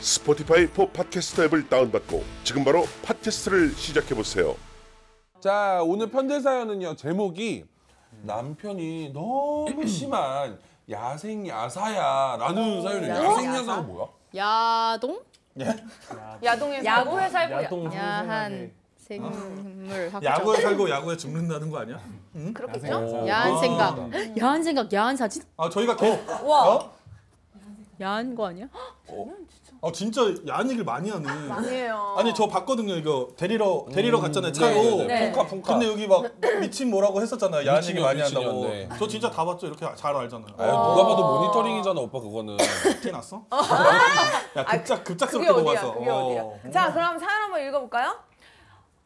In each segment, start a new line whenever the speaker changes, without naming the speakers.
스포티파이 포 팟캐스터 앱을 다운받고 지금 바로 팟캐스트를 시작해 보세요.
자 오늘 편들 사연은요 제목이 남편이 너무 심한 야생 어, 야사야라는 사연이에요. 야생 야사가 뭐야?
야동?
야동에서
야구에 살고
야동
야한 아. 생물 학적.
야구에 살고 야구에 죽는다는 거 아니야?
그렇겠죠? 야한 생각. 아. 야한 생각, 야한 사진?
아 저희가 개,
와.
어?
야한 거 아니야?
아 진짜 야한 얘기를 많이 하네.
아니에요.
아니 저 봤거든요 이거 데리러 데리러 갔잖아요 차로.
네, 네, 네. 풍카, 풍카.
근데 여기 막
네.
미친 뭐라고 했었잖아요 야한 얘기
미친년,
많이 한다고.
미친년, 네.
저 진짜 다 봤죠 이렇게 잘 알잖아요.
아유, 누가 봐도 모니터링이잖아 오빠 그거는.
어떻게 났어? 야 급작
아. 그게
급작스럽게
어디야?
뽑아서.
그게
어.
어디야? 자, 그럼 사연 한번 읽어볼까요?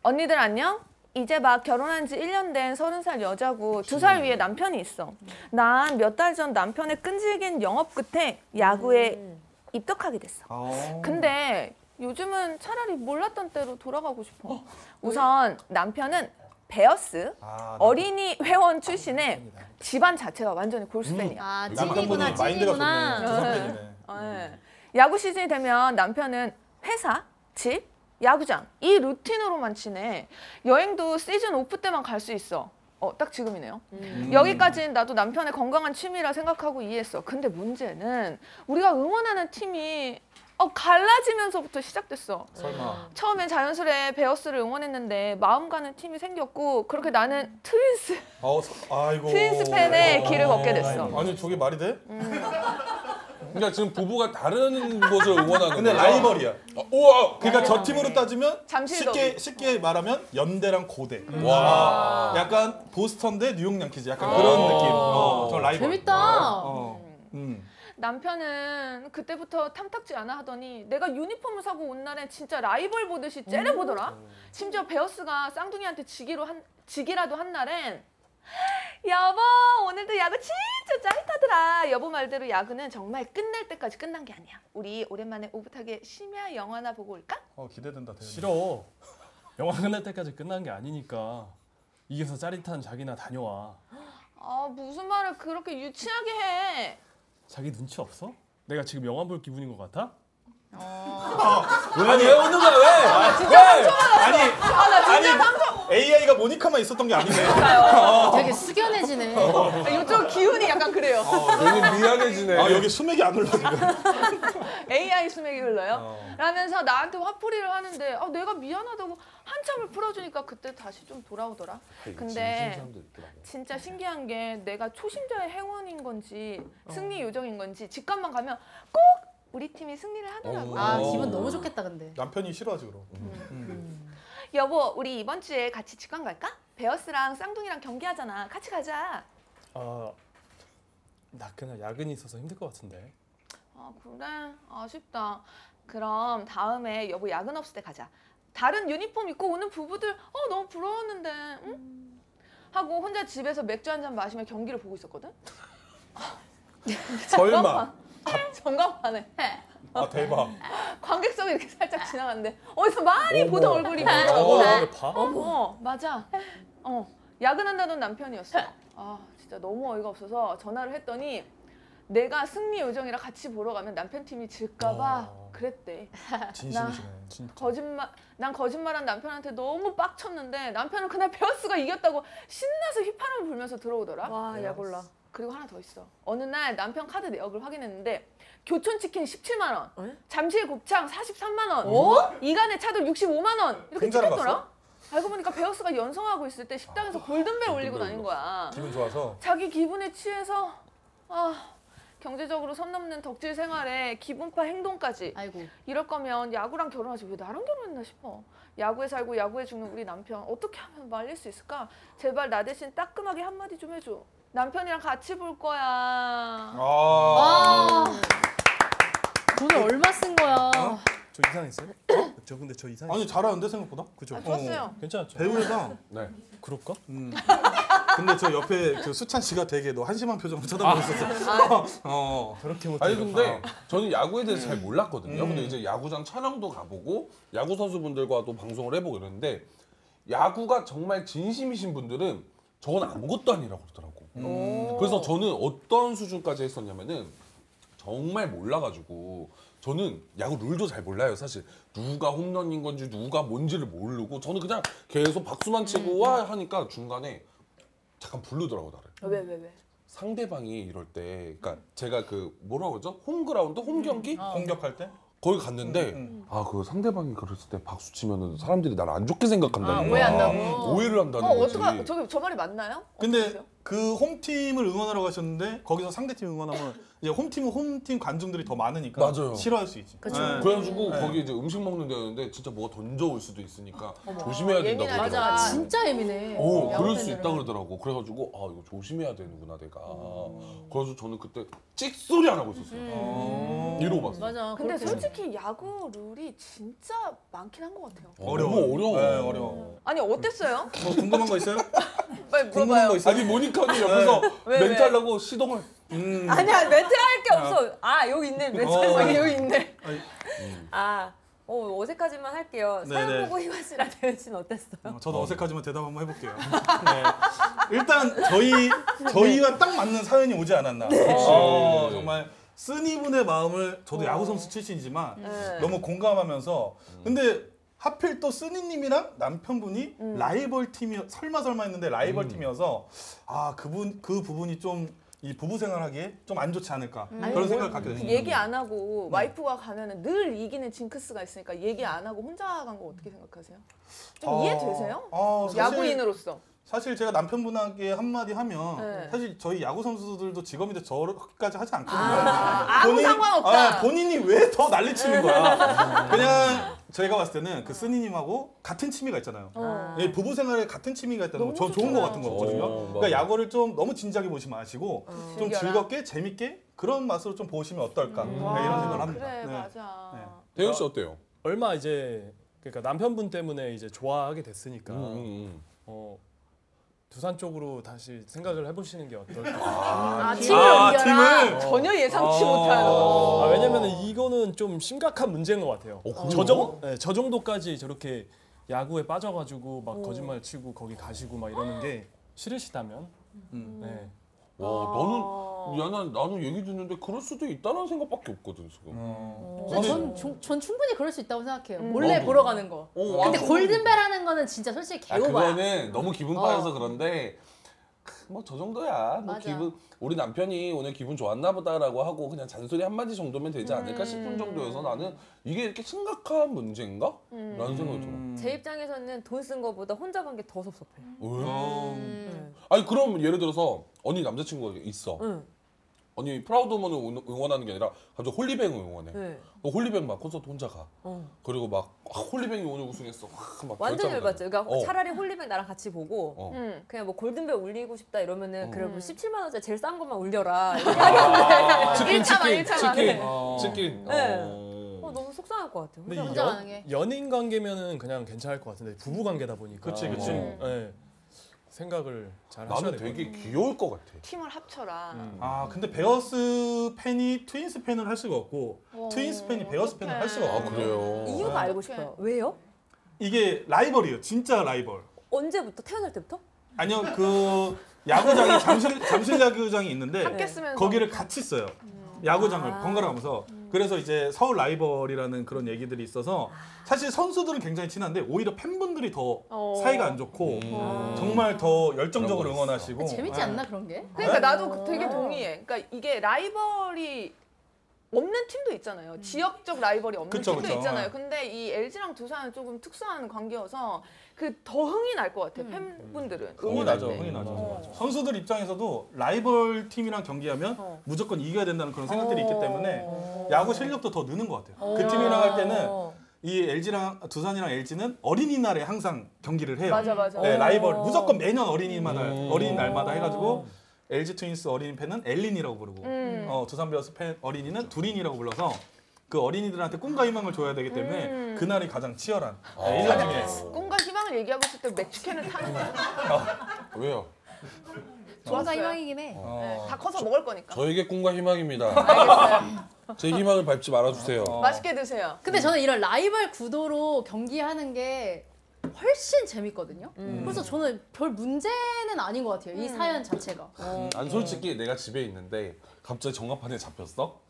언니들 안녕? 이제 막 결혼한 지 1년 된 30살 여자고 두 살 위에 남편이 있어. 난 몇 달 전 남편의 끈질긴 영업 끝에 야구에
음.
입덕하게 됐어.
아.
근데 요즘은 차라리 몰랐던 때로 돌아가고 싶어. 우선 남편은 베어스
아,
어린이 회원 출신에 집안 자체가 완전히 골수팬이야.
아,
남편분이
찐이구나,
마인드가
찐이구나.
좋네. 조선팬이네.
예. 야구 시즌이 되면 남편은 회사, 집, 야구장 이 루틴으로만 지내. 여행도 시즌 오프 때만 갈 수 있어. 어, 딱 지금이네요. 여기까지는 나도 남편의 건강한 취미라 생각하고 이해했어. 근데 문제는 우리가 응원하는 팀이 어, 갈라지면서부터 시작됐어.
설마.
처음엔 자연스레 베어스를 응원했는데 마음 가는 팀이 생겼고 그렇게 나는 트윈스
어, 서- 아이고.
트윈스 팬의
어.
길을 걷게 됐어.
아니 저게 말이 돼?
그러니까 지금 부부가 다른 곳을 응원하는.
근데
거야.
라이벌이야.
어, 아, 우와.
그러니까 저 팀으로 따지면
아. 잠실도.
쉽게 쉽게 말하면 연대랑 고대. 아,
와.
약간 보스턴 대 뉴욕 양키즈 약간 그런 느낌. 어, 저 라이벌.
재밌다.
어. 음.
남편은 그때부터 탐탁지 않아 하더니 내가 유니폼을 사고 온 날엔 진짜 라이벌 보듯이 째려보더라. 심지어 베어스가 쌍둥이한테 지기로 한 지기라도 한 날엔 여보 오늘도 야구 진짜 짜릿하더라. 여보 말대로 야구는 정말 끝날 때까지 끝난 게 아니야. 우리 오랜만에 오붓하게 심야 영화나 보고 올까?
어 기대된다. 대박.
싫어. 영화 끝날 때까지 끝난 게 아니니까 이겨서 짜릿한 자기나 다녀와.
아 무슨 말을 그렇게 유치하게 해.
자기 눈치 없어? 내가 지금 영화 볼 기분인 것 같아?
아니 왜 웃는 거야 왜?
아니
아나 진짜 상
AI가 모니카만 있었던 게 아니네.
되게 숙연해지네.
요즘 아, 기운이 약간 그래요.
여기 미안해지네.
아 여기 수맥이 안 올라 지금.
AI 수맥이 흘러요? 라면서 나한테 화풀이를 하는데 아, 내가 미안하다고 한참을 풀어주니까 그때 다시 좀 돌아오더라. 근데 진짜 신기한 게 내가 초심자의 행운인 건지 승리 요정인 건지 직관만 가면 꼭 우리 팀이 승리를
어.
하더라고.
아, 기분 너무 좋겠다, 근데.
남편이 싫어하지 그럼.
여보, 우리 이번 주에 같이 직관 갈까? 베어스랑 쌍둥이랑 경기하잖아. 같이 가자.
아, 나 그날 야근이 있어서 힘들 것 같은데.
아 그래 아쉽다. 그럼 다음에 여보 야근 없을 때 가자. 다른 유니폼 입고 오는 부부들 어 너무 부러웠는데 응? 하고 혼자 집에서 맥주 한 잔 마시며 경기를 보고 있었거든.
설마.
정감하네.
아 대박.
관객석이 이렇게 살짝 지나갔는데 어디서 많이 보던 얼굴이
어,
보이더라고.
나를 봐?
어머 맞아. 어 야근한다던 남편이었어. 아 진짜 너무 어이가 없어서 전화를 했더니 내가 승리 요정이라 같이 보러 가면 남편 팀이 질까봐 그랬대.
진심이시네.
거짓말 난 거짓말한 남편한테 너무 빡쳤는데 남편은 그날 베어스가 이겼다고 신나서 휘파람을 불면서 들어오더라.
와, 야골라.
그리고 하나 더 있어. 어느 날 남편 카드 내역을 확인했는데 교촌 치킨 17만 원, 잠실 곱창 43만 원,
어?
이간의 차돌 65만 원 이렇게
공짜로
찍혔더라. 알고 보니까 베어스가 연성하고 있을 때 식당에서 아, 골든벨 올리고 다닌 거야.
기분 좋아서.
자기 기분에 취해서 아 경제적으로 선 넘는 덕질 생활에 기분파 행동까지
아이고.
이럴 거면 야구랑 결혼하지 왜 나랑 결혼했나 싶어. 야구에 살고 야구에 죽는 우리 남편 어떻게 하면 말릴 수 있을까? 제발 나 대신 따끔하게 한마디 좀 해줘. 남편이랑 같이 볼 거야.
아.
돈을 얼마 쓴 거야.
저 이상했어요? 어? 저 근데 저 이상했어요?
아니 잘하는데 생각보다. 그죠.
아, 좋았어요.
괜찮았죠?
배우가
네.
그럴까?
근데 저 옆에 그 수찬 씨가 되게 너 한심한 표정으로 쳐다보고 있었어.
아.
어.
저렇게 못해.
아니 근데 저는 야구에 대해서 잘 몰랐거든요. 근데 이제 야구장 촬영도 가보고 야구 선수분들과도 방송을 해보고 이러는데 야구가 정말 진심이신 분들은 저건 아무것도 아니라고 그러더라고. 그래서 저는 어떤 수준까지 했었냐면은 정말 몰라가지고 저는 야구 룰도 잘 몰라요 사실 누가 홈런인 건지 누가 뭔지를 모르고 저는 그냥 계속 박수만 치고 와 하니까 중간에 잠깐 부르더라고 나를.
왜 왜 왜?
상대방이 이럴 때, 그러니까
음.
제가 그 뭐라고 그러죠? 홈그라운드, 홈경기
어.
공격할 때?
거기
음,
갔는데 아 그 상대방이 그랬을 때 박수 치면은 사람들이 나를 안 좋게 생각한다는
아,
거야.
오해한다고?
오해를
어
한다는 거지.
어떡하 저기 저 말이 맞나요?
근데
어떡해요?
그 홈팀을 응원하러 가셨는데 거기서 상대팀 응원하면 이제 홈팀은 홈팀 관중들이 더 많으니까
맞아요.
싫어할 수 있지.
그쵸.
예.
그래가지고
네.
거기 이제 음식 먹는 데였는데 진짜 뭐가 던져올 수도 있으니까 조심해야 된다고
예민하죠.
그러더라고.
맞아.
진짜 예민해.
어, 그럴 수
야구팬들은.
있다 그러더라고. 그래가지고 아 이거 조심해야 되는구나 내가.
음.
그래서 저는 그때 찍소리 안 하고 있었어요.
음.
이러고 봤어요.
맞아.
근데
그렇게
솔직히 야구 룰이 진짜 많긴 한 것 같아요.
어, 너무
어려워요.
어려워.
네, 어려워.
아니 어땠어요?
뭐 궁금한 거 있어요?
빨리
궁금한 거
물어봐요.
있어요?
아니 모니카도 옆에서
네. 왜, 왜?
그러니까 멘탈 나고 시동을
음.
아니야 멘트 할 게 없어. 아 여기 있네 멘트
어. 음.
아, 여기 있네.
아, 어, 어색하지만 할게요.
네네.
사연 보고 이화 씨랑 대현 씨는 어땠어요?
어, 저도 어색하지만 대답 한번 해볼게요. 네. 일단 저희
네.
저희와 딱 맞는 사연이 오지 않았나. 어, 정말 쓰니 분의 마음을
어.
저도 야구 선수 출신이지만
네.
너무 공감하면서 근데 하필 또 쓰니님이랑 남편분이
음.
라이벌 팀이 설마 설마 했는데 라이벌 팀이어서 아 그분 그 부분이 좀 이 부부 생활하기에 좀 안 좋지 않을까
음.
그런
뭐
생각을 갖게 됐어요. 음.
얘기 안 하고 와이프가 가면은 늘 이기는 징크스가 있으니까 얘기 안 하고 혼자 간 거 어떻게 생각하세요? 좀
아,
이해되세요?
아, 사실-
야구인으로서.
사실 제가 남편분에게 한마디 하면
네.
사실 저희 야구 선수들도 직업인데 저렇게까지 하지 않거든요.
아무 상관없다. 네.
본인이 왜 더 난리치는 거야. 그냥 제가 봤을 때는 그 스니님하고 같은 취미가 있잖아요.
어.
예, 부부 생활에 같은 취미가 있다는 거, 저 좋은 거 같은 거거든요.
어,
그러니까
맞아.
야구를 좀 너무 진지하게 보지 마시고
어,
좀
즐겨라.
즐겁게 재밌게 그런 맛으로 좀 보시면 어떨까 네, 이런 생각을 합니다.
아, 그래
네.
음. 맞아.
네.
대현 씨 어때요?
얼마 이제 그러니까 남편분 때문에 이제 좋아하게 됐으니까
음, 음, 음.
어, 두산 쪽으로 다시 생각을 해보시는 게 어떨까?
아, 팀을
아,
옮겨라.
팀을?
전혀 예상치 못한.
아, 왜냐면 이거는 좀 심각한 문제인 것 같아요.
어, 그래요?
저, 정, 네, 저 정도까지 저렇게 야구에 빠져가지고 막 거짓말 치고 거기 가시고 막 이러는 게 싫으시다면
음.
네.
와 나는 야, 난, 나는 얘기 듣는데 그럴 수도 있다는 생각밖에 없거든 지금.
어, 전, 전- 전 충분히 그럴 수 있다고 생각해요. 몰래
나도.
보러 가는 거.
어,
근데
아,
골든벨 하는 거는 진짜 솔직히
아,
개오바야.
그거는 너무 기분 파여서 그런데 뭐 저 정도야. 뭐
맞아.
기분 우리 남편이 오늘 기분 좋았나 보다라고 하고 그냥 잔소리 한 마디 정도면 되지 않을까 싶은 정도여서 나는 이게 이렇게 심각한 문제인가?
음.
라는 생각이 들어.
음.
제 입장에서는 돈 쓴 거보다 혼자 간 게 더 섭섭해요.
음.
네.
요
음.
아니 그럼 예를 들어서 언니 남자친구가 있어.
응.
언니 프라우드 우먼을 응- 응원하는 게 아니라 갑자기 홀리뱅을 응원해.
네.
그 홀리뱅 막 콘서트 혼자 가.
어.
그리고 막 아, 홀리뱅이 오늘 우승했어. 와, 막
완전
결정을
열받죠. 그러니까
어.
차라리 홀리면 나랑 같이 보고
어.
음.
그냥 뭐 골든벨 울리고 싶다 이러면은
어.
그래
음.
뭐 17만 원짜리 제일 싼 것만 울려라.
아,
아.
치킨
일차만,
치킨
일차만.
치킨
어.
치킨.
네.
네. 아. 어.
어, 너무 속상할 것 같아요.
근데
혼자
이
혼자 가는 게.
연, 연인 관계면은 그냥 괜찮을 것 같은데 부부 관계다 보니까
그치, 그치.
어, 네. 생각을 잘 하셔야
나는
될것 같아요.
되게 귀여울 것 같아.
팀을 합쳐라.
아 근데 베어스 팬이 트윈스 팬을 할 수가 없고 트윈스 팬이 베어스 팬을 할
네.
수가
아
없고
그래요.
이유가 알고 싶어요. 왜요?
이게 라이벌이에요 진짜 라이벌
언제부터 태어날 때부터?
아니요 그 야구장이 잠실 잠실 야구장이 있는데
함께 쓰면서.
거기를 같이 써요 야구장을 번갈아 가면서 그래서 이제 서울 라이벌이라는 그런 얘기들이 있어서 사실 선수들은 굉장히 친한데 오히려 팬분들이 더
어.
사이가 안 좋고 정말 더 열정적으로
그런 거 있어.
응원하시고
재밌지
예.
않나 그런 게?
그러니까 나도 그- 되게 동의해. 그러니까 이게 라이벌이 없는 팀도 있잖아요. 지역적 라이벌이 없는
그쵸,
팀도
그쵸.
있잖아요.
어.
근데 이 LG랑 두산은 조금 특수한 관계여서 그 더 흥이 날 것 같아. 팬분들은
흥이
응원할
나죠,
때.
흥이 나죠. 선수들 입장에서도 라이벌 팀이랑 경기하면 무조건 이겨야 된다는 그런 생각들이
어.
있기 때문에 야구 실력도 더 느는 것 같아요. 그 팀이랑 할 때는 이 LG랑 두산이랑 LG는 어린이날에 항상 경기를 해요.
맞아, 맞아.
네, 라이벌 무조건 매년 어린이마다
음.
어린이날마다 해가지고 LG 트윈스 어린이 팬은 엘린이라고 부르고
음.
어, 두산 베어스 팬 어린이는 두린이라고 불러서 그 어린이들한테 꿈과 희망을 줘야 되기 때문에
음.
그날이 가장 치열한
아.
네, 1년 중에
어. 꿈과 희망을 얘기하고 있을 때 맥주캔을 타는 거야.
왜요?
뭔가
좋았어요.
희망이긴 해.
네, 다 커서 먹을 거니까.
저에게 꿈과 희망입니다.
알겠어요.
제 희망을 밟지 말아주세요.
맛있게 드세요.
근데 저는 이런 라이벌 구도로 경기하는 게 훨씬 재밌거든요. 그래서 저는 별 문제는 아닌 것 같아요. 이 사연 자체가.
안 솔직히 내가 집에 있는데 갑자기 정합판에 잡혔어?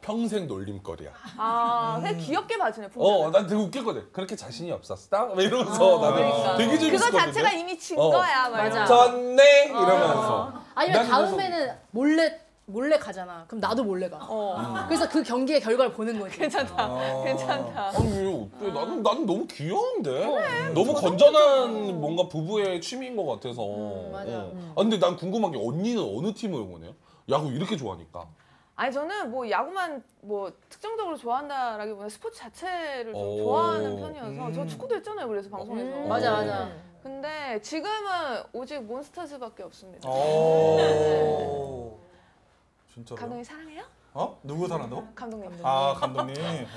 평생 놀림거리야.
아, 그냥 귀엽게 봐주네.
어,
분명히.
난 되게 웃겼거든. 그렇게 자신이 없었어? 막 이러면서 나는
음. 그러니까.
되게 재밌었거든.
그거 자체가 이미 진
어.
거야. 막
맞아.
이러면서.
졌네 이러면서.
아니면
난 그래서-
다음에는 몰래 몰래 가잖아. 그럼 나도 몰래 가.
어.
그래서 그 경기의 결과를 보는 거지.
괜찮다. 괜찮다.
아니 어때? 나는 나는 너무 귀여운데. 음, 너무 건전한 뭔가 부부의 취미인 것 같아서.
맞아.
어. 아, 근데 난 궁금한 게 언니는 어느 팀을 응원해요? 야구 이렇게 좋아하니까.
아니 저는 뭐 야구만 뭐 특정적으로 좋아한다라기보다 스포츠 자체를 좀
오.
좋아하는 편이어서
음.
저 축구도 했잖아요. 그래서 방송에서.
음.
맞아 맞아.
근데 지금은 오직 몬스터즈밖에 없습니다.
어, 오. 진짜로?
감독님 사랑해요?
어? 누구 사랑한다고?
감독님.
아 감독님.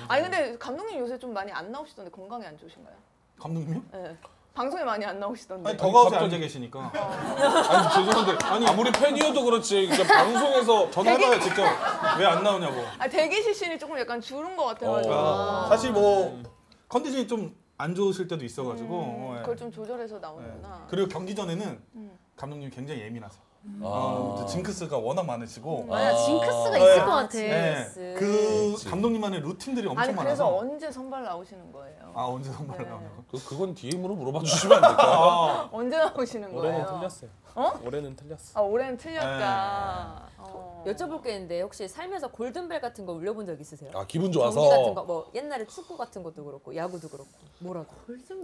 아니 근데 감독님 요새 좀 많이 안 나오시던데 건강이 안 좋으신가요?
감독님?
네. 방송에 많이 안 나오시던데.
아니 더가우에
갑자기-
앉아 계시니까.
아니 죄송한데 아니 아무리 팬이어도 그렇지 그냥 방송에서
전화해봐요 직접. 왜 안 나오냐고.
아, 대기실 씬이 조금 약간 줄은 것 같아가지고
아, 사실 뭐 컨디션이 좀 안 좋으실 때도 있어가지고. 어, 예.
음, 그걸 좀 조절해서
예.
나오는구나. 음.
그리고 경기 전에는 감독님이 굉장히 예민하세요. 어,
아.
징크스가 워낙 많으시고.
음.
맞아. 징크스가
네.
있을 것 같아.
예. 그 감독님만의 루틴들이 엄청
아니 그래서
많아서.
언제 네. 선발 나오시는 거예요?
아 언제 선발 나오냐고. 아,
그, 그건 DM으로 물어봐 주시면 안 될까요?
언제 나오시는
올해는
거예요?
틀렸어요. 올해는 틀렸어.
아 올해는 틀렸다.
네.
어.
여쭤볼 게 있는데 혹시 살면서 골든벨 같은 거 울려본 적 있으세요?
아 기분
경기 같은 거,
좋아서
뭐 옛날에 축구 같은 것도 그렇고 야구도 그렇고 뭐라고?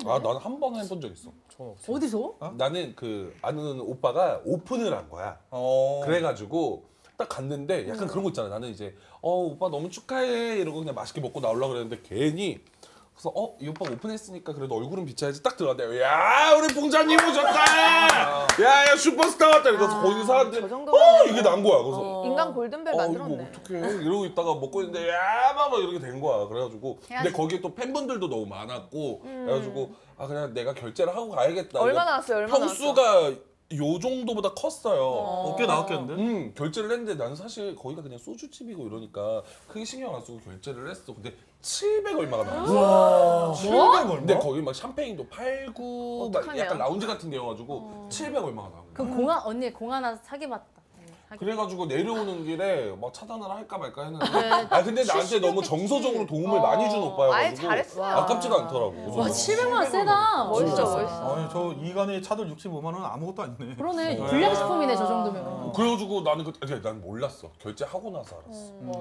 아 난 한 번 해본 적 있어
저는 없어요.
어디서?
나는 그 아는 오빠가 오픈을 한 거야
어.
그래가지고 딱 갔는데 약간 그런 거 있잖아 나는 이제 어 오빠 너무 축하해 이러고 그냥 맛있게 먹고 나오려고 그랬는데 괜히 그래서 어 이 오빠 오픈했으니까 그래도 얼굴은 비춰야지 딱 들어갔는데 야 우리 봉자님 오셨다 야야 슈퍼스타 왔다 이러면서 거기 사람들이
아, 저
어
정도면
이게 난 거야 그래서
어. 인간 골든벨
아 이거
만들었네.
어떡해 이러고 있다가 먹고 있는데 야막 이렇게 된 거야 그래가지고 근데 거기에 또 팬분들도 너무 많았고 그래가지고 아 그냥 내가 결제를 하고 가야겠다
음. 얼마 나왔어요? 얼마 나왔어?
평수가 요 정도보다 컸어요
어깨 나왔겠는데?
음 결제를 했는데 나는 사실 거기가 그냥 소주집이고 이러니까 크게 신경 안 쓰고 결제를 했어 근데 700 얼마가 나왔어
뭐?
우와. 700 얼마?
근데 거기 막 샴페인도 팔고 막
어떡하냐. 어.
약간 라운지 같은 데여가지고 700 얼마가 나온 거야
그 공항 언니 공 하나 사기 봤다.
그래가지고 내려오는 길에 막 차단을 할까 말까 했는데
네.
아 근데 나한테 너무 정서적으로 도움을 많이 준
어, 아예
오빠여가지고
잘했어요.
아깝지가 않더라고
와 700만 원 세다.
아, 멋있어
진짜.
멋있어.
아니 저 이간에 차돌 65만 원 아무것도 아니네. 어.
그러네 불량식품이네 저 정도면.
그래가지고 나는 그, 아니, 난 몰랐어 결제하고 나서 알았어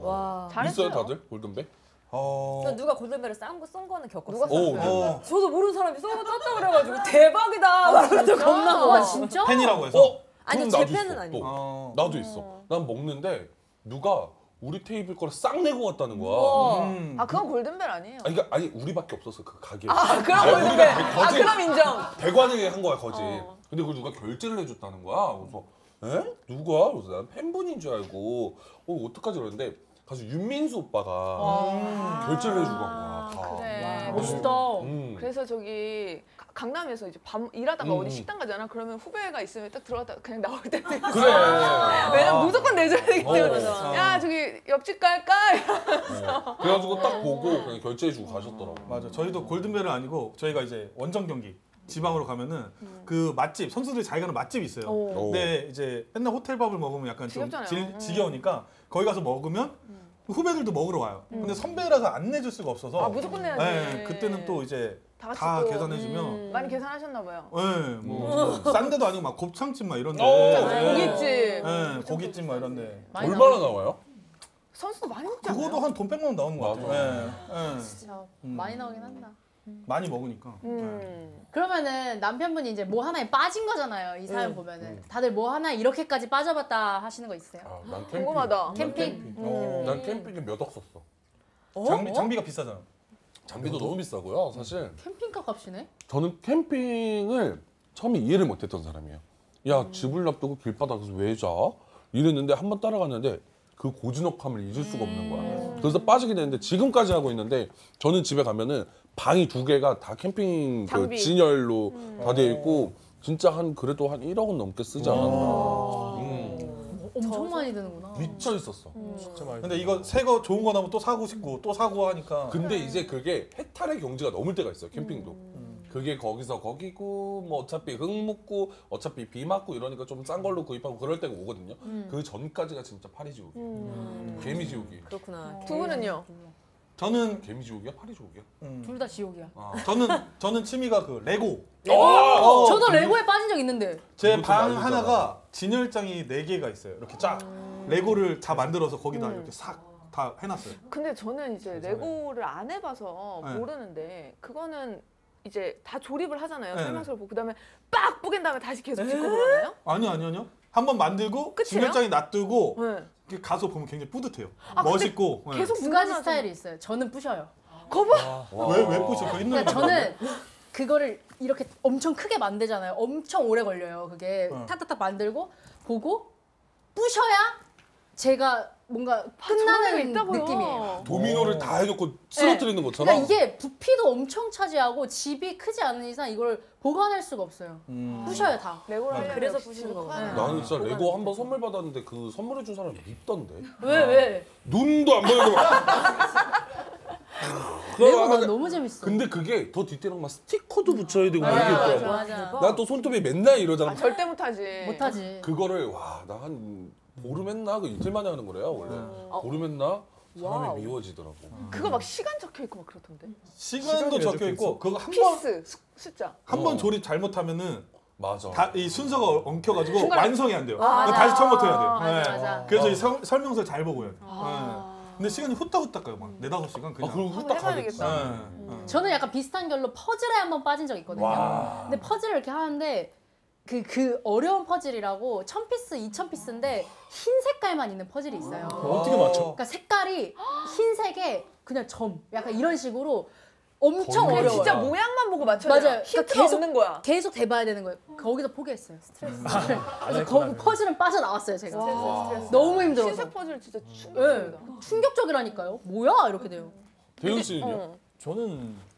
와.
잘했어요.
있어요 다들 골든벨?
어.
전 누가 골든벨을 싼 거 쏜 거는 겪었어요.
오
어.
저도 모르는 사람이 쏜거 쐈다 그래가지고
아,
아,
아, 대박이다. 그래서 겁나
와 진짜?
팬이라고 해서.
어?
아니,
그럼
제
나도 있어,
팬은 아니고.
또.
어.
나도 있어 난 먹는데 누가 우리 테이블 거를 싹 내고 왔다는 거야
음.
아 그건 골든벨 아니에요.
아니, 그러니까, 아니 우리밖에 없었어 그 가게에
아 그럼
아니,
골든벨.
우리가
아
거짓-
그럼 인정.
대관을 한 거야 거지. 근데 그걸 누가 결제를 해줬다는 거야. 그래서 에? 누가? 그래서 난 팬분인 줄 알고 어 어떡하지 그랬는데 가서 윤민수
어.
오빠가 음, 결제를 해주고 간 거야. 다.
그래.
멋있다.
어.
음.
그래서 저기 가- 강남에서 이제 밤 일하다가
음.
어디 식당 가잖아. 그러면 후배가 있으면 딱 들어갔다 가 그냥 나올 때
그래.
왜냐면 무조건 내줘야 되기
아. 어.
때문에
맞아.
야 저기 옆집 갈까?
어. 그래가지고 딱 보고 그냥 결제해주고 가셨더라고.
맞아. 저희도 골든벨은 아니고 저희가 이제 원정 경기 지방으로 가면은 그 맛집 선수들이 자기 가는 맛집이 있어요.
음. 오.
근데 이제 맨날 호텔 밥을 먹으면 약간 좀
지겹잖아요.
질-
음.
지겨우니까 거기 가서 먹으면 후배들도 먹으러 와요. 근데 선배라서 안 내줄 수가 없어서
음. 아 무조건 내야지.
네,
예, 그때는 또 이제
다 같이
다
또-
음.
음.
계산해주면
많이 계산하셨나 봐요.
어.
예, 뭐싼 데도 아니고 막 곱창집 막 이런데
오.
예,
음. 아, 고깃집.
네.
예,
그쪽도
고깃집 막 이런데
많이
얼마나 나와요?
선수도 많이 먹지 않아요?
그거도 한 돈 100만 원 나오는 거 같아요. 예, 예.
진짜 많이 나오긴 한다.
많이 먹으니까. 예.
음.
그러면은 남편분이 이제 뭐 하나에 빠진 거잖아요. 이 사연 보면은 다들 뭐 하나 이렇게까지 빠져봤다 하시는 거 있으세요?
아, 난 캠핑. 음.
궁금하다.
캠핑.
어.
난 캠핑에 몇 억 썼어.
장비, 장비가 비싸잖아.
장비도 너무 비싸고요. 사실
캠핑카 값이네.
저는 캠핑을 처음에 이해를 못했던 사람이에요. 야 집을 놔두고 길바닥에서 왜 자? 이랬는데 한 번 따라갔는데 그 고즈넉함을 잊을 수가 없는 거야. 그래서 빠지게 되는데 지금까지 하고 있는데 저는 집에 가면은 방이 두 개가 다 캠핑 그
장비.
진열로 다 되어 있고 진짜 한 그래도 한 1억은 넘게 쓰지
음.
않았나. 음.
어,
엄청 많이 드는구나.
미쳐 있었어.
진짜 많이
근데 이거 새 거 좋은 거 나면 또 사고 싶고 또 사고 하니까
근데
음.
이제 그게 해탈의 경지가 넘을 때가 있어요 캠핑도
음.
그게 거기서 거기고 뭐 어차피 흙 묻고 어차피 비 맞고 이러니까 좀 싼 걸로 구입하고 그럴 때가 오거든요
음.
그 전까지가 진짜 파리
음.
지옥이에요
음.
개미 지옥이에요
그렇구나.
두 분은요?
저는 음. 아,
개미 지옥이야 파리 지옥이야
둘 다 지옥이야.
저는 저는 취미가 그 레고.
어,
어,
저도 레고에 빠진 적 있는데.
그거
제
좀
방
알잖아.
하나가 진열장이 네 개가 있어요. 이렇게 쫙
음.
레고를 다 만들어서 거기다 이렇게 싹 다 해놨어요.
근데 저는 이제 레고를 안 해봐서
네.
모르는데 그거는 이제 다 조립을 하잖아요.
네.
설명서를 보고 그다음에 빡 뿌갠 다음에 다시 계속 짓고 그러나요?
아니 아니 아니요. 한번 만들고
끝이에요?
진열장에 놔두고
네.
이렇게 가서 보면 굉장히 뿌듯해요.
아, 근데
멋있고. 네.
계속
두 가지
무관하죠.
스타일이 있어요. 저는 부셔요.
거봐.
왜왜 뿌셔? 그 있는
그러니까
거
저는 그거를 이렇게 엄청 크게 만들잖아요. 엄청 오래 걸려요. 그게
어.
탁탁탁 만들고 보고 부셔야 제가 뭔가
저런 게
끝나는
있다고요.
느낌이에요.
도미노를 다 해놓고 쓰러뜨리는 것처럼
네. 그러니까 이게 부피도 엄청 차지하고 집이 크지 않은 이상 이걸 보관할 수가 없어요.
음.
음.
부셔야
아.
다.
아,
레고를 네. 하려면
그래서
역시
부시는
커야
거구나.
돼요.
나는 진짜
음.
레고 한 번 선물 받았는데 그 선물해준 사람이 밉던데
왜 왜?
눈도 안 보여도 막
레고
그러다가
난 너무 재밌어.
근데 그게 더 디테일한 막 스티커도 붙여야 되고 막
맞아,
이게
맞아.
어.
난또 손톱이 맨날 이러잖아
아, 절대 못하지.
못하지.
그거를 와 나 한 보름 했나 그 이틀 만에 하는 거래요 원래
어.
보름 했나 사람이
와우.
미워지더라고
그거 막 시간 적혀 있고 막 그렇던데.
시간도
시간이
적혀
이렇게
있고 그거
피스 수- 숫자.
한 번 한 번
어.
조립 잘못하면은
맞아
다 이 순서가 엉켜가지고
중간에-
완성이 안 돼요.
맞아.
다시 처음부터 해야 돼요.
맞아,
네.
맞아.
그래서 이 설- 설명서 잘 보고 해야 돼요. 네. 근데 시간이 후딱후딱 가요. 막 네다섯 시간
아
그냥.
그럼
한번
후딱 가겠지
해봐야겠다.
네. 네.
저는 약간 비슷한 결로 퍼즐에 한 번 빠진 적 있거든요.
와.
근데 퍼즐을 이렇게 하는데 그, 그 어려운 퍼즐이라고 천 피스, 이천 피스인데 흰 색깔만 있는 퍼즐이 있어요.
어떻게 맞춰?
그러니까 색깔이 흰색에 그냥 점 약간 이런 식으로 엄청
거의
어려워요.
진짜 모양만 보고 맞춰야 돼.
맞아요.
힌트가
그러니까 계속-
없는 거야.
계속 대봐야 되는 거예요. 거기서 포기했어요. 스트레스.
아,
그래서
했구나,
거기 퍼즐은 빠져나왔어요, 제가.
스트레스,
너무 힘들어서.
신색 퍼즐 진짜
예.
충격적이다.
충격적이라니까요. 뭐야? 이렇게 돼요.
대윤 씨는요?
어.
저는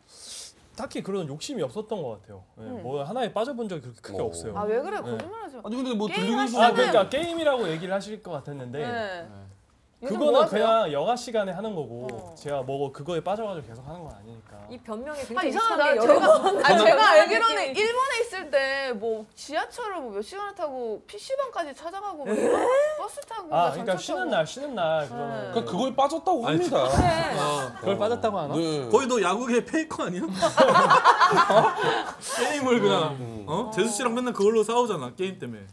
딱히 그런 욕심이 없었던 것 같아요. 네, 뭐 하나에 빠져본 적이 그렇게 크게
오.
없어요.
아 왜 그래 거짓말하지 마.
아니 근데 뭐
게임
들리는
하시-
소
아
저는-
그러니까 게임이라고 얘기를 하실 것 같았는데
네. 요즘
그거는
뭐 하세요?
그냥 여가 시간에 하는 거고 제가 뭐 그거에 빠져가지고 계속 하는 건 아니니까.
이 변명이
아
굉장히
이상하다.
이상하게
제가 아 제가
여러
알기로는
느낌이-
일본에 있을 때 뭐 지하철을 뭐 몇 시간을 타고 PC방까지 찾아가고 막 이런 버스 타고
아
막
그러니까
전철
쉬는
타고. 네.
날 쉬는 날 어. 그거는
그러니까 그거에 빠졌다고 합니다
아.
그걸 빠졌다고 하나?
네.
거의 너 야구계 페이커 아니야? 게임을
음,
그냥 어? 재수 씨랑 맨날 그걸로 싸우잖아 게임 때문에.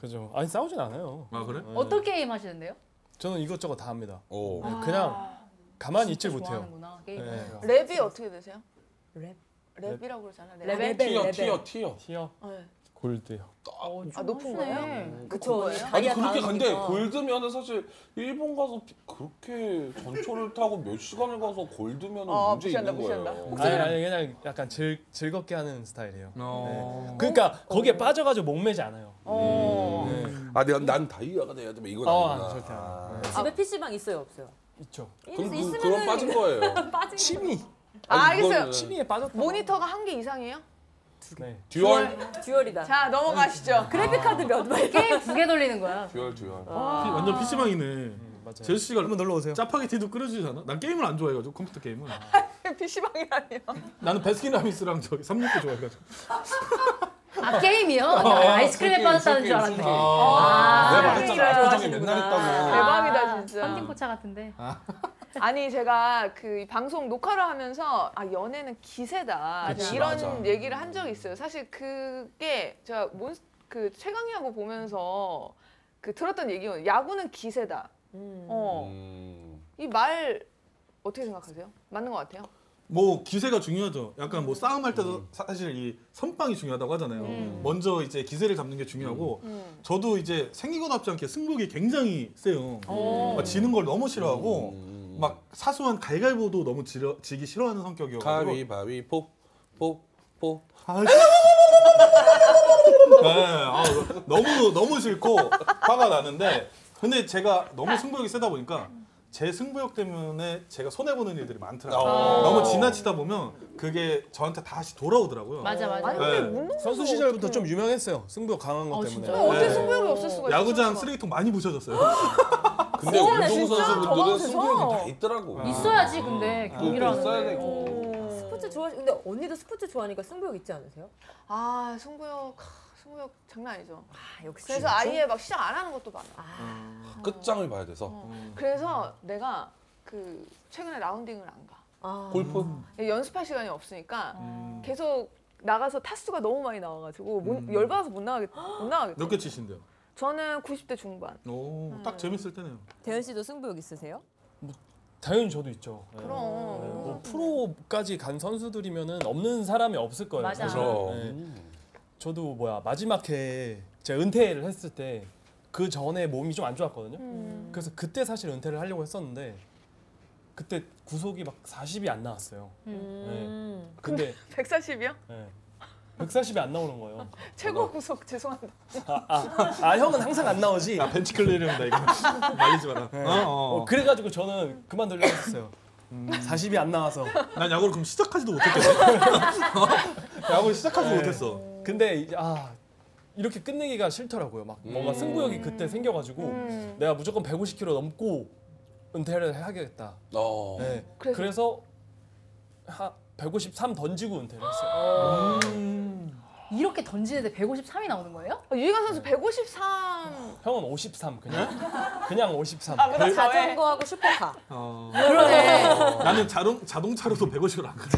그죠. 아니 싸우진 않아요. 네.
아 그래?
어떤 게임 하시는데요?
저는 이것저것 다 합니다.
어.
네, 그냥 가만히 있질
진짜
못해요.
좋아하는구나, 게임.
네.
랩이 어떻게 되세요?
랩?
랩이라고 그러잖아. 랩.
레벨
티어
레벨.
티어 티어
티어
네.
골드요.
아 높은 거예요? 음.
그쵸.
아니
다이아
그렇게 근데
어.
다음이니까.
골드면은 사실 일본 가서 그렇게 전철을 타고 몇 시간을 가서 골드면은
아,
문제
무시한다,
있는 거예요.
무시한다.
아니 아니 그냥 약간 즐 즐겁게 하는 스타일이에요.
어.
네.
그러니까 거기에 빠져가지고 목매지 않아요.
어.
네.
아, 내가 난 다이아가 돼야 돼. 뭐 이건
어,
아니구나.
아니, 절대 안 해요.
집에 PC방 있어요 없어요?
있죠.
그럼 그,
있으면은
그럼 빠진 거예요.
빠진
취미.
아
아니, 그거는
알겠어요.
취미에 빠졌다.
모니터가 한 개 이상이에요?
네.
듀얼,
듀얼이다. 아.
자 넘어가시죠.
그래픽 카드 몇 발?
게임 두 개 돌리는 거야.
듀얼, 듀얼.
완전 PC방이네.
음.
맞아요.
재수 씨가
한번 놀러 오세요.
짜파게티도 끓여주잖아. 난 게임을 안 좋아해가지고 컴퓨터 게임은.
음. PC방이라니요.
나는 베스킨라빈스랑 저기 삼육구 좋아해가지고.
아, 게임이요? 나 아이스크림에 빠졌다는 줄 알았네.
내가
아,
말했잖아.
그래요.
표정이 맨날 했다고.
대박이다 진짜.
아, 펀딩포차 같은데.
아니 제가 그이 방송 녹화를 하면서 아 연애는 기세다
그치,
이런
맞아.
음.
얘기를 한 적이 있어요. 사실 그게 제가 몬스 그 최강희하고 보면서 그 들었던 얘기예요. 야구는 기세다.
음.
어 이 말 어떻게 생각하세요? 맞는 것 같아요.
뭐 기세가 중요하죠. 약간 뭐 싸움할 때도 사실 이 선빵이 중요하다고 하잖아요. 먼저 이제 기세를 잡는 게 중요하고
음.
저도 이제 생기고 답지 않게 승부욕이 굉장히 세요.
어.
막 지는 걸 너무 싫어하고
음.
막 사소한 갈갈보도 너무 지려, 지기 싫어하는 성격이어가지고
가위바위보, 보, 보.
아이씨. 네, 아, 너무 너무 싫고 화가 나는데 근데 제가 너무 승부욕이 세다 보니까 제 승부욕 때문에 제가 손해 보는 일들이 많더라고요.
아.
너무 지나치다 보면 그게 저한테 다시 돌아오더라고요.
맞아 맞아.
아니 근데
네.
운동 선수
선수 시절부터 좀 유명했어요. 승부욕 강한 것
어,
때문에.
진짜요?
어, 어떻게
네.
승부욕이 없을 수가 있어?
야구장
선수가.
쓰레기통 많이 부셔졌어요.
근데
그래,
운동
진짜
선수분들은
저만해서.
승부욕이 다 있더라고.
있어야지 근데
아, 또
경기라는
있어야
게.
되고.
스포츠 좋아 근데 언니도 스포츠 좋아하니까 승부욕 있지 않으세요?
아 승부욕 하, 승부욕 장난 아니죠.
아 역시.
그래서 아예 막 시작 안 하는 것도 많아.
끝장을 봐야 돼서
그래서 내가 그 최근에 라운딩을 안 가.
아.
골프
연습할 시간이 없으니까
음.
계속 나가서 타수가 너무 많이 나와가지고 못- 열받아서 못 나가겠 못 나가겠.
몇 개 치신데요?
저는 90대 중반.
오, 딱 재밌을 때네요.
대현 씨도 승부욕 있으세요?
당연히 저도 있죠. 예.
그럼.
예, 뭐 프로까지 간 선수들이면은 없는 사람이 없을 거예요.
맞아.
사실.
그래서
예.
네.
저도 뭐야 마지막 해에 제가 은퇴를 했을 때 그 전에 몸이 좀 안 좋았거든요.
음.
그래서 그때 사실 은퇴를 하려고 했었는데 그때 구속이 막 40이 안 나왔어요. 네.
음.
근데
140이요?
예, 140이 안 나오는 거예요.
최고 구속 죄송합니다.
아 형은 항상 안 나오지.
아, 벤치 클리어링다 이거. 말리지 마라. 어,
어, 음.
어.
그래가지고 저는 그만두려고 했어요. 40이 안 나와서.
난 야구를 그럼 시작하지도 못했겠어. 야구를 시작하지도
네.
못했어.
근데 이제 아 이렇게 끝내기가 싫더라고요. 막 뭔가 승부욕이 그때 생겨가지고
음.
내가 무조건 150kg 넘고 은퇴를 하겠다.
어.
네.
그래서?
그래서, 하, 153 던지고 은퇴를 했어요.
이렇게 던지는데 153이 나오는 거예요?
아, 유희관 선수 153.
형은 53 그냥 그냥 53.
아, 그럼 자전거.
자전거하고 슈퍼카.
어.
그러네.
나는 자동 자동차로도 150을 안 가.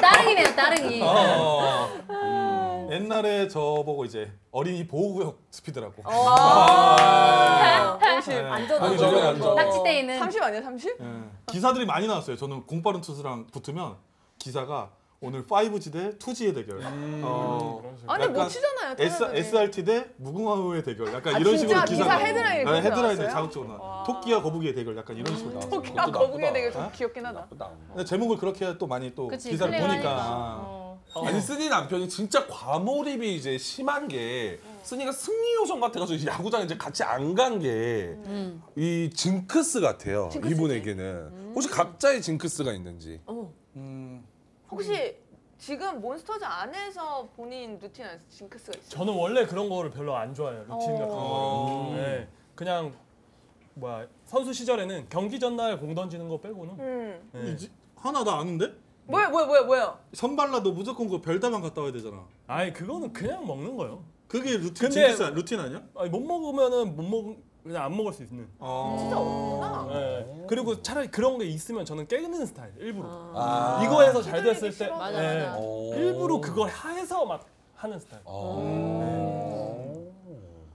따릉이네요 따릉이.
어. 음. 옛날에 저보고 이제 어린이 보호구역 스피드라고.
어.
아.
아.
네.
안전
아니, 저는 안 좋아.
낙지대에 있는
30 아니야 30?
예. 기사들이 많이 나왔어요. 저는 공빠른 투수랑 붙으면 기사가 오늘 5G 대 2G의 대결.
음.
어.
그렇죠.
아니 못
약간
치잖아요.
S,
태어나더니.
SRT 대 무궁화호의 대결 약간
아,
이런
진짜?
식으로
기사
기사가 네,
헤드라인 그런 거
헤드라인에
나왔어요?
자극적으로 나 토끼와 거북이의 대결 약간 이런
음.
식으로 나왔어요.
토끼와
그것도
아, 거북이의
나쁘다.
대결 좀 귀엽긴 하다.
나쁘다, 안 봐.
근데 제목을 그렇게 해야 또 많이 또
그치,
기사를
클릭을
보니까
하니까. 어.
아니 쓰니 남편이 진짜 과몰입이 이제 심한 게 쓰니가 승리 요정 같아가지고 야구장 이제 같이 안 간 게 이 징크스 같아요 이분에게는 혹시 각자의 징크스가 있는지
음,
혹시 지금 몬스터즈 안에서 본인 루틴 안에서 징크스가 있어요?
저는 원래 그런 거를 별로 안 좋아해요. 루틴 같은
어.
거. 네. 그냥 뭐야 선수 시절에는 경기 전날 공 던지는 거 빼고는
음.
네.
이지- 하나 나 아는데?
뭐야 뭐야 뭐야 뭐야.
선발라도 무조건 그 별다방 갔다 와야 되잖아.
아니 그거는 그냥 먹는 거예요.
그게 루틴
근데-
징크스 아니- 루틴 아니야?
아니 못 먹으면은 못 먹. 그냥 안 먹을 수 있는.
아.
진짜 없구나.
네. 그리고 차라리 그런 게 있으면 저는 깨는 스타일. 일부러.
아.
이거에서 잘
휘둘리기
됐을 때
싫어서.
맞아,
네.
맞아.
어.
일부러 그걸 해서 막 하는 스타일. 그
아.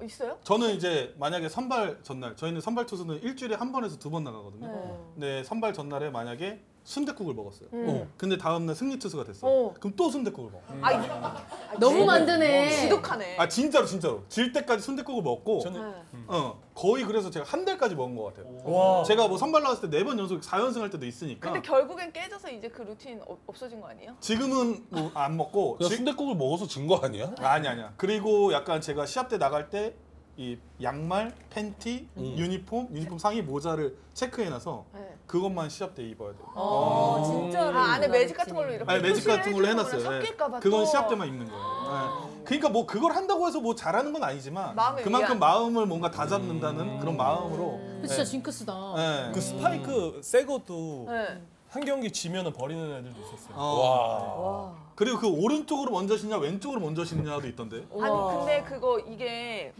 있어요?
저는 이제 만약에 선발 전날 저희는 선발 투수는 일주일에 한 번에서 두 번 나가거든요.
네.
네.
근데 선발 전날에 만약에 순대국을 먹었어요. 어. 근데 다음날 승리 투수가 됐어.
어.
그럼 또 순대국을 먹어.
아, 이-
너무 만드네.
어. 지독하네.
아 진짜로 진짜로 질 때까지 순대국을 먹고
저는
어, 거의 그래서 제가 한 달까지 먹은 것 같아요.
와.
제가 뭐 선발 나왔을 때 네 번 연속 4연승 할 때도 있으니까
근데 결국엔 깨져서 이제 그 루틴 어- 없어진 거 아니에요?
지금은 뭐안 먹고
그냥
지-
순대국을 먹어서 진 거 아니야?
아니 아니야. 그리고 약간 제가 시합 때 나갈 때 이 양말, 팬티, 유니폼, 유니폼 상의 모자를 체크해놔서
네.
그것만 시합 때 입어야 돼. 요
어, 진짜로.
아, 안에 매직 같은 걸로 이렇게
아니 매직
표시를
같은 걸로
해주는 거랑
해놨어요. 예.
섞일까봐
그건
또. 아.
시합 때만 입는 거예요. 예. 그러니까 뭐 그걸 한다고 해서 뭐 잘하는 건 아니지만
마음의
그만큼
위안.
마음을 뭔가 다잡는다는 그런 마음으로.
진짜
예.
징크스다.
예.
그 스파이크 새 것도
네.
한 경기 지면은 버리는 애들도 있었어요.
어. 그리고 그 오른쪽으로 먼저 신냐 왼쪽으로 먼저 신냐도 있던데.
아니 근데 그거 이게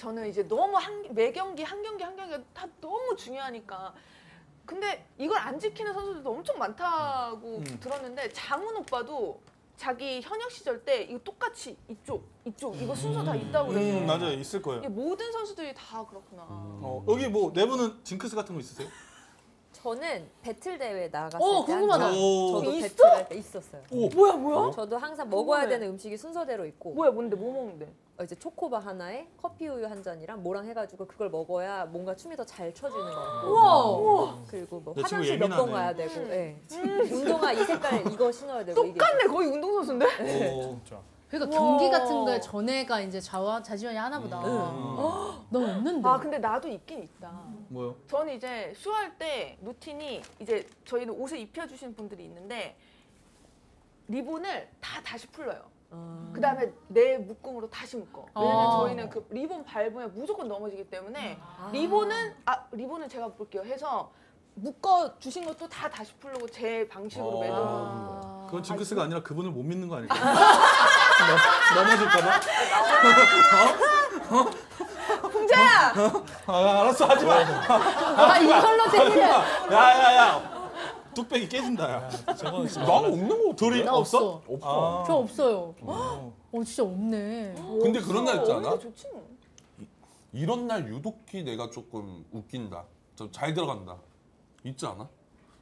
저는 이제 너무 한, 매 경기 한 경기 한 경기가 다 너무 중요하니까 근데 이걸 안 지키는 선수들도 엄청 많다고
음.
들었는데 장훈 오빠도 자기 현역 시절 때 이거 똑같이 이쪽 이쪽 이거 순서 다 있다고 그래서
음, 맞아요 있을 거예요.
이게 모든 선수들이 다 그렇구나
어, 여기 뭐 내부는 징크스 같은 거 있으세요?
저는 배틀 대회 나갔을
어,
때
궁금하다.
항상
오.
저도
있어?
배틀 할때 있었어요.
뭐야 뭐야?
저도 항상 먹어야
궁금해.
되는 음식이 순서대로 있고
뭐야 뭔데 뭐 먹는데
어, 이제 초코바 하나에 커피 우유 한 잔이랑 뭐랑 해가지고 그걸 먹어야 뭔가 춤이 더 잘 춰지는 것 같고 그리고 뭐
내 친구
화장실 몇 번
예민하네.
가야 되고 예. 운동화 이 색깔 이거 신어야 되고 이게
똑같네 거의 운동선수인데?
오.
네.
그러니까
우와.
경기 같은 거에
음.
전에가 이제 자와 자지원이 하나보다. 너무 없는데. 아,
그- 네. 아 근데 나도 있긴 있다
뭐요?
저는 이제 쇼할 때 루틴이 이제 저희는 옷을 입혀주신 분들이 있는데 리본을 다 다시 풀러요. 그 다음에 내 묶음으로 다시 묶어. 왜냐면
아.
저희는 그 리본 밟으면 무조건 넘어지기 때문에 리본은 아 리본은 제가 볼게요 해서 묶어 주신 것도 다 다시 풀려고 제 방식으로
아.
매듭.
그건 징크스가 아니라 그분을 못 믿는 거 아닐까? 넘- 넘어질까봐?
풍자야
아, 어? 알았어 하지 마.
아 이걸로 때리면
야야야. 뚝배기 깨진다. 야.
저건 진짜
나 없는 거
둘이
나
없어?
없어.
없어.
아.
저 없어요. 어 진짜 없네.
근데 그런 날 있지 않아?
게 좋지 뭐.
이런 날 유독히 내가 조금 웃긴다. 좀 잘 들어간다. 있지 않아?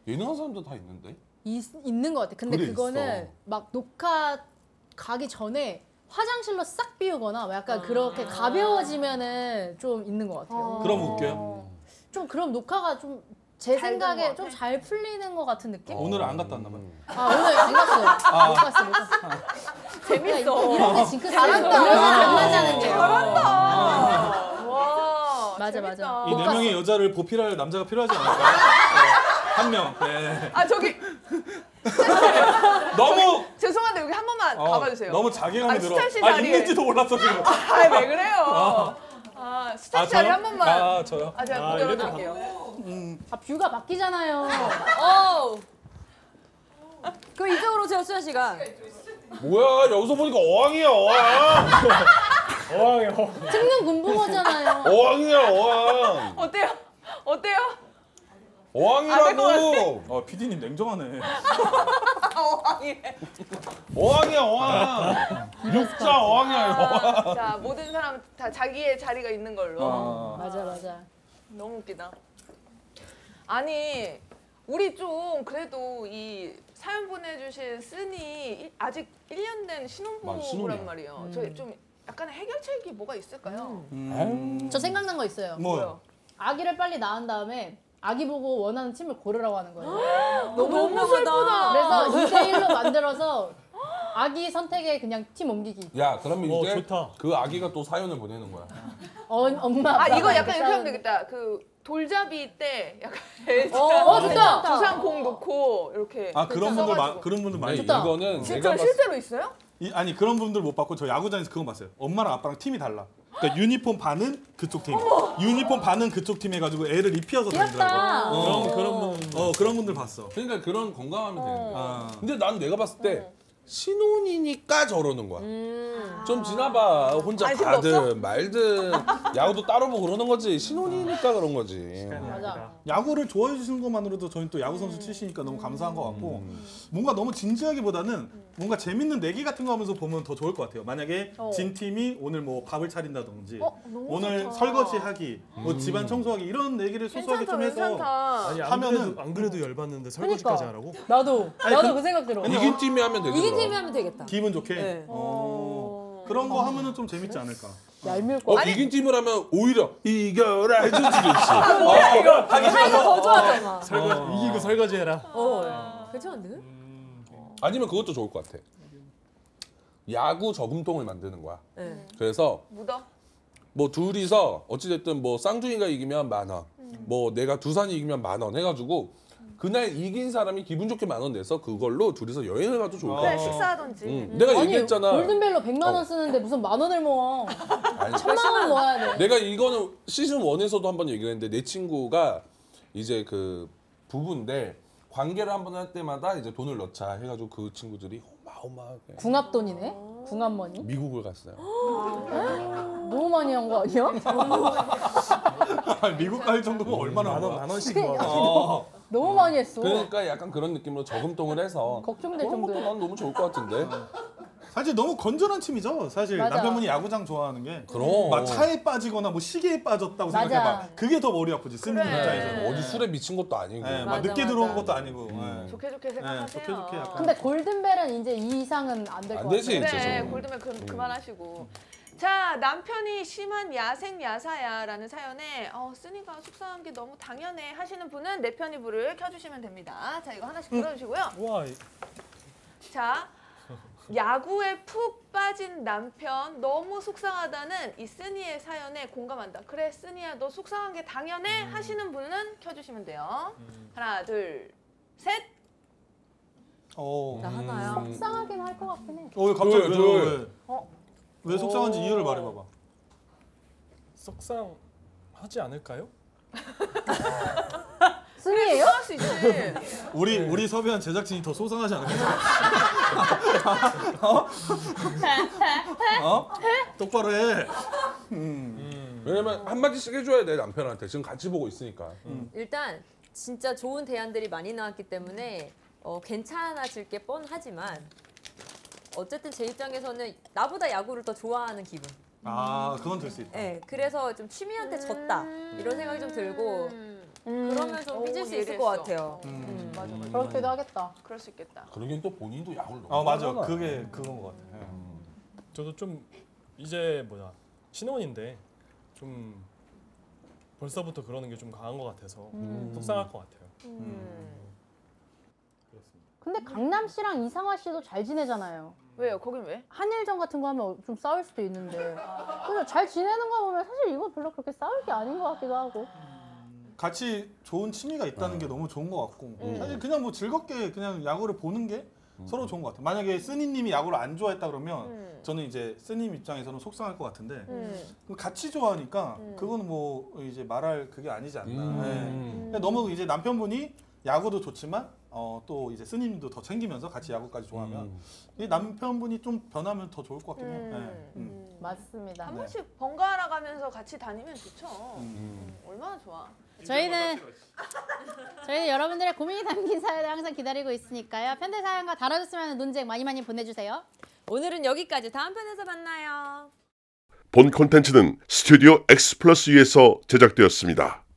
예능한 사람도 다 있는데.
있, 있는 것 같아. 근데
그래,
그거는
있어.
막 녹화 가기 전에 화장실로 싹 비우거나 뭐
아.
약간 그렇게 가벼워지면은 좀 있는 것
어.
같아요.
그럼 웃겨요.
좀 그럼 녹화가 좀 제
잘된것
생각에
같아.
좀 잘 풀리는 것 같은 느낌?
오늘은 안 갔다 왔나 봐.
아 오늘 안 갔어. 못 갔어. 못 갔어.
재밌어.
이런 게 징크스 잘한다. 이런 거안 맞자는 게요.
와
맞아,
재밌다.
맞아.
이
못
네
갔어.
명의 여자를 보필할 남자가 필요하지 않을까? 한 명. 네.
아 저기
너무
죄송한데 여기 한 번만
어,
아, 가봐주세요.
너무 자괴감이
아,
들어.
스타일 씨
아
자리에.
있는지도 몰랐어 지금.
아왜 그래요? 아 스타
아,
자리
저요?
한 번만.
아 저요.
아 제가
아,
고개로
이래도
갈게요.
아 뷰가 바뀌잖아요.
어. 그럼 이쪽으로 오세요, 수현 씨가.
뭐야 여기서 보니까 어항이야 어항.
어항이요.
찍는 군붕어잖아요.
어항이야 어항.
어때요? 어때요?
어항이라고.
어 PD님 냉정하네.
어항이야 어항. 육자 어항이야 어항.
아, 자 모든 사람 다 자기의 자리가 있는 걸로.
아.
맞아 맞아.
너무 웃기다. 아니 우리 좀 그래도 이 사연 보내주신 쓰니 일- 아직 1년 된
맞아, 신혼이야.
신혼부부란 말이에요. 저희 좀 약간 해결책이 뭐가 있을까요?
음.
저 생각난 거 있어요.
뭐요?
아기를 빨리 낳은 다음에 아기 보고 원하는 팀을 고르라고 하는 거예요.
너무, 슬프다.
그래서 2대1로 만들어서 아기 선택에 그냥 팀 옮기기.
야 그러면
어,
이제
좋다.
그 아기가 또 사연을 보내는 거야.
어, 엄마.
아
아빠
이거 약간 이렇게 하면
싸우는
되겠다. 그 돌잡이 때 약간 애자
어, 좋다.
부상 공 놓고 이렇게
아 그런 분들 마,
써가지고.
그런 분들 많이.
근데
좋다.
이거는
진짜
내가 봤을
실제로 있어요?
이, 아니 그런 분들 못 봤고 저 야구장에서 그건 봤어요. 엄마랑 아빠랑 팀이 달라. 그러니까 유니폼 반은 그쪽 팀, 유니폼 반은 그쪽 팀 해가지고 애를 입히어서 다니더라고.
귀엽다.
어, 그런 분들. 어 그런 분들 봤어.
그러니까 그런 건강함이 되는 거야.
아.
근데 난 내가 봤을 때 신혼이니까 저러는 거야. 좀 지나봐 혼자
관심도
가든 말든 야구도 따로 보고 그러는 거지 신혼이니까 그런 거지.
맞아.
야구를 좋아해 주시는 것만으로도 저희는 또 야구 선수 출신이니까 너무 감사한 것 같고
음.
뭔가 너무 진지하기보다는 뭔가 재밌는 내기 같은 거 하면서 보면 더 좋을 것 같아요. 만약에 진 팀이 오늘 뭐 밥을 차린다든지
어?
오늘 설거지하기, 뭐
음.
집안 청소하기 이런 내기를 소소하게
괜찮다
좀 해서
괜찮다.
아니 안
하면은-
그래도 안 그래도 열받는데 설거지까지
그러니까.
하라고?
나도.
아니,
나도
그-
그, 생각 들어.
이긴 팀이 하면 되더라.
이긴 팀이 하면 되겠다.
기분 좋게
네.
어. 그런 거 하면은 좀 재밌지 않을까.
얄미울 거.
어, 이긴 팀을 하면 오히려 이겨라 해줄 수도 있어.
하이가 더 좋아하잖아.
어.
설거지 이기고 설거지해라.
어. 괜찮은데?
아니면 그것도 좋을 것 같아. 야구 저금통을 만드는 거야.
네.
그래서
묻어.
뭐 둘이서 어찌됐든 뭐 쌍둥이가 이기면 만 원,
음.
뭐 내가 두산이 이기면 만 원 해가지고 그날 이긴 사람이 기분 좋게 만 원 내서 그걸로 둘이서 여행을 가도 좋을 것
그래
어.
같아.
네, 식사하던지. 음.
응.
네.
내가 얘기했잖아.
음. 골든벨로 100만 원
어.
쓰는데 무슨 만 원을 모아.
아니,
천만 원 모아야 돼.
내가 이거는 시즌 1에서도 한 번 얘기를 했는데 내 친구가 이제 그 부부인데 관계를 한 번 할 때마다 이제 돈을 넣자 해가지고 그 친구들이 어마어마하게
궁합돈이네. 궁합머니.
미국을 갔어요.
너무 많이 한 거 아니야?
아니, 미국 갈 정도면 얼마나
만원
많아.
만 원씩 뭐 모아.
어.
너무 많이 했어.
그러니까 약간 그런 느낌으로 저금통을 해서
걱정될
그런 것도
정도야.
난 너무 좋을 것 같은데.
어. 사실 너무 건전한 팀이죠. 사실
맞아.
남편분이 야구장 좋아하는 게.
그럼
막 차에 빠지거나 뭐 시계에 빠졌다고
맞아.
생각해봐. 그게 더 머리 아프지 쓰는
그래.
입장에서는.
네, 뭐 어디 술에 미친 것도 아니고.
예, 막
맞아,
늦게
맞아.
들어온 것도 아니고. 예.
좋게 좋게
네,
생각하세요.
좋게 좋게 약간. 네,
근데 골든벨은 이제 이 이상은 안 될 것
안
같아.
되지. 진짜
그래
저거.
네, 골드맨
음.
그, 그만하시고 자 남편이 심한 야생 야사야라는 사연에 어 쓰니가 속상한 게 너무 당연해 하시는 분은 내 편이 음. 불을 켜주시면 됩니다 자 이거 하나씩 들어주시고요
와
자 야구에 푹 빠진 남편 너무 속상하다는 이 쓰니의 사연에 공감한다. 그래 쓰니야 너 속상한 게 당연해 하시는 분은 켜주시면 돼요. 하나 둘 셋.
어.
음.
나 하나야.
음.
속상하긴 할 것 같긴 해.
어, 왜 갑자기
둘,
왜,
둘.
왜, 왜 속상한지 이유를 말해봐봐.
속상하지 않을까요?
순이에요?
할 수 있지.
우리 우리 섭외한 제작진이 더 속상하지 않을까? 어? 어? 똑바로 해. 음.
왜냐면 한마디씩 해줘야 돼 남편한테 지금 같이 보고 있으니까
음.
일단 진짜 좋은 대안들이 많이 나왔기 때문에 어, 괜찮아질 게 뻔하지만 어쨌든 제 입장에서는 나보다 야구를 더 좋아하는 기분.
아, 그건 될 수 있다.
네, 그래서 좀 취미한테 졌다 이런 생각이 좀 들고 어.
음.
그러면
어,
좀 삐질 수 있을 것 같아요.
음.
맞아 맞아.
그렇기도 하겠다.
그럴 수 있겠다.
그러긴 또 본인도 야구를 너무
아, 맞아.
하잖아.
그게 그건 것 같아. 예.
저도 좀 이제 뭐야 신혼인데 좀 벌써부터 그러는 게 좀 강한 것 같아서 속상할 것 같아요.
음.
음.
근데 강남 씨랑 이상화 씨도 잘 지내잖아요.
왜요? 거긴 왜?
한일전 같은 거 하면 좀 싸울 수도 있는데. 그래서 잘 지내는 거 보면 사실 이거 별로 그렇게 싸울 게 아닌 것 같기도 하고.
음. 같이 좋은 취미가 있다는 게 너무 좋은 것 같고 사실 그냥 뭐 즐겁게 그냥 야구를 보는 게 서로 좋은 것 같아요. 만약에 쓰니님이 야구를 안 좋아했다 그러면
음.
저는 이제 쓰님 입장에서는 속상할 것 같은데
음.
그럼 같이 좋아하니까 그건 뭐 이제 말할 그게 아니지 않나.
음.
예. 근데 너무 이제 남편분이 야구도 좋지만 어, 또 이제 쓰님도 더 챙기면서 같이 야구까지 좋아하면
음.
이 남편분이 좀 변하면 더 좋을 것 같긴 해요.
음.
예. 음.
맞습니다.
한 번씩 번갈아 가면서 같이 다니면 좋죠.
음.
얼마나 좋아.
저희는 저희는 여러분들의 고민이 담긴 사연을 항상 기다리고 있으니까요. 편대 사연과 달아줬으면 하는 논쟁 많이 많이 보내주세요.
오늘은 여기까지 다음 편에서 만나요.
본 콘텐츠는 스튜디오 X 플러스 위에서 제작되었습니다.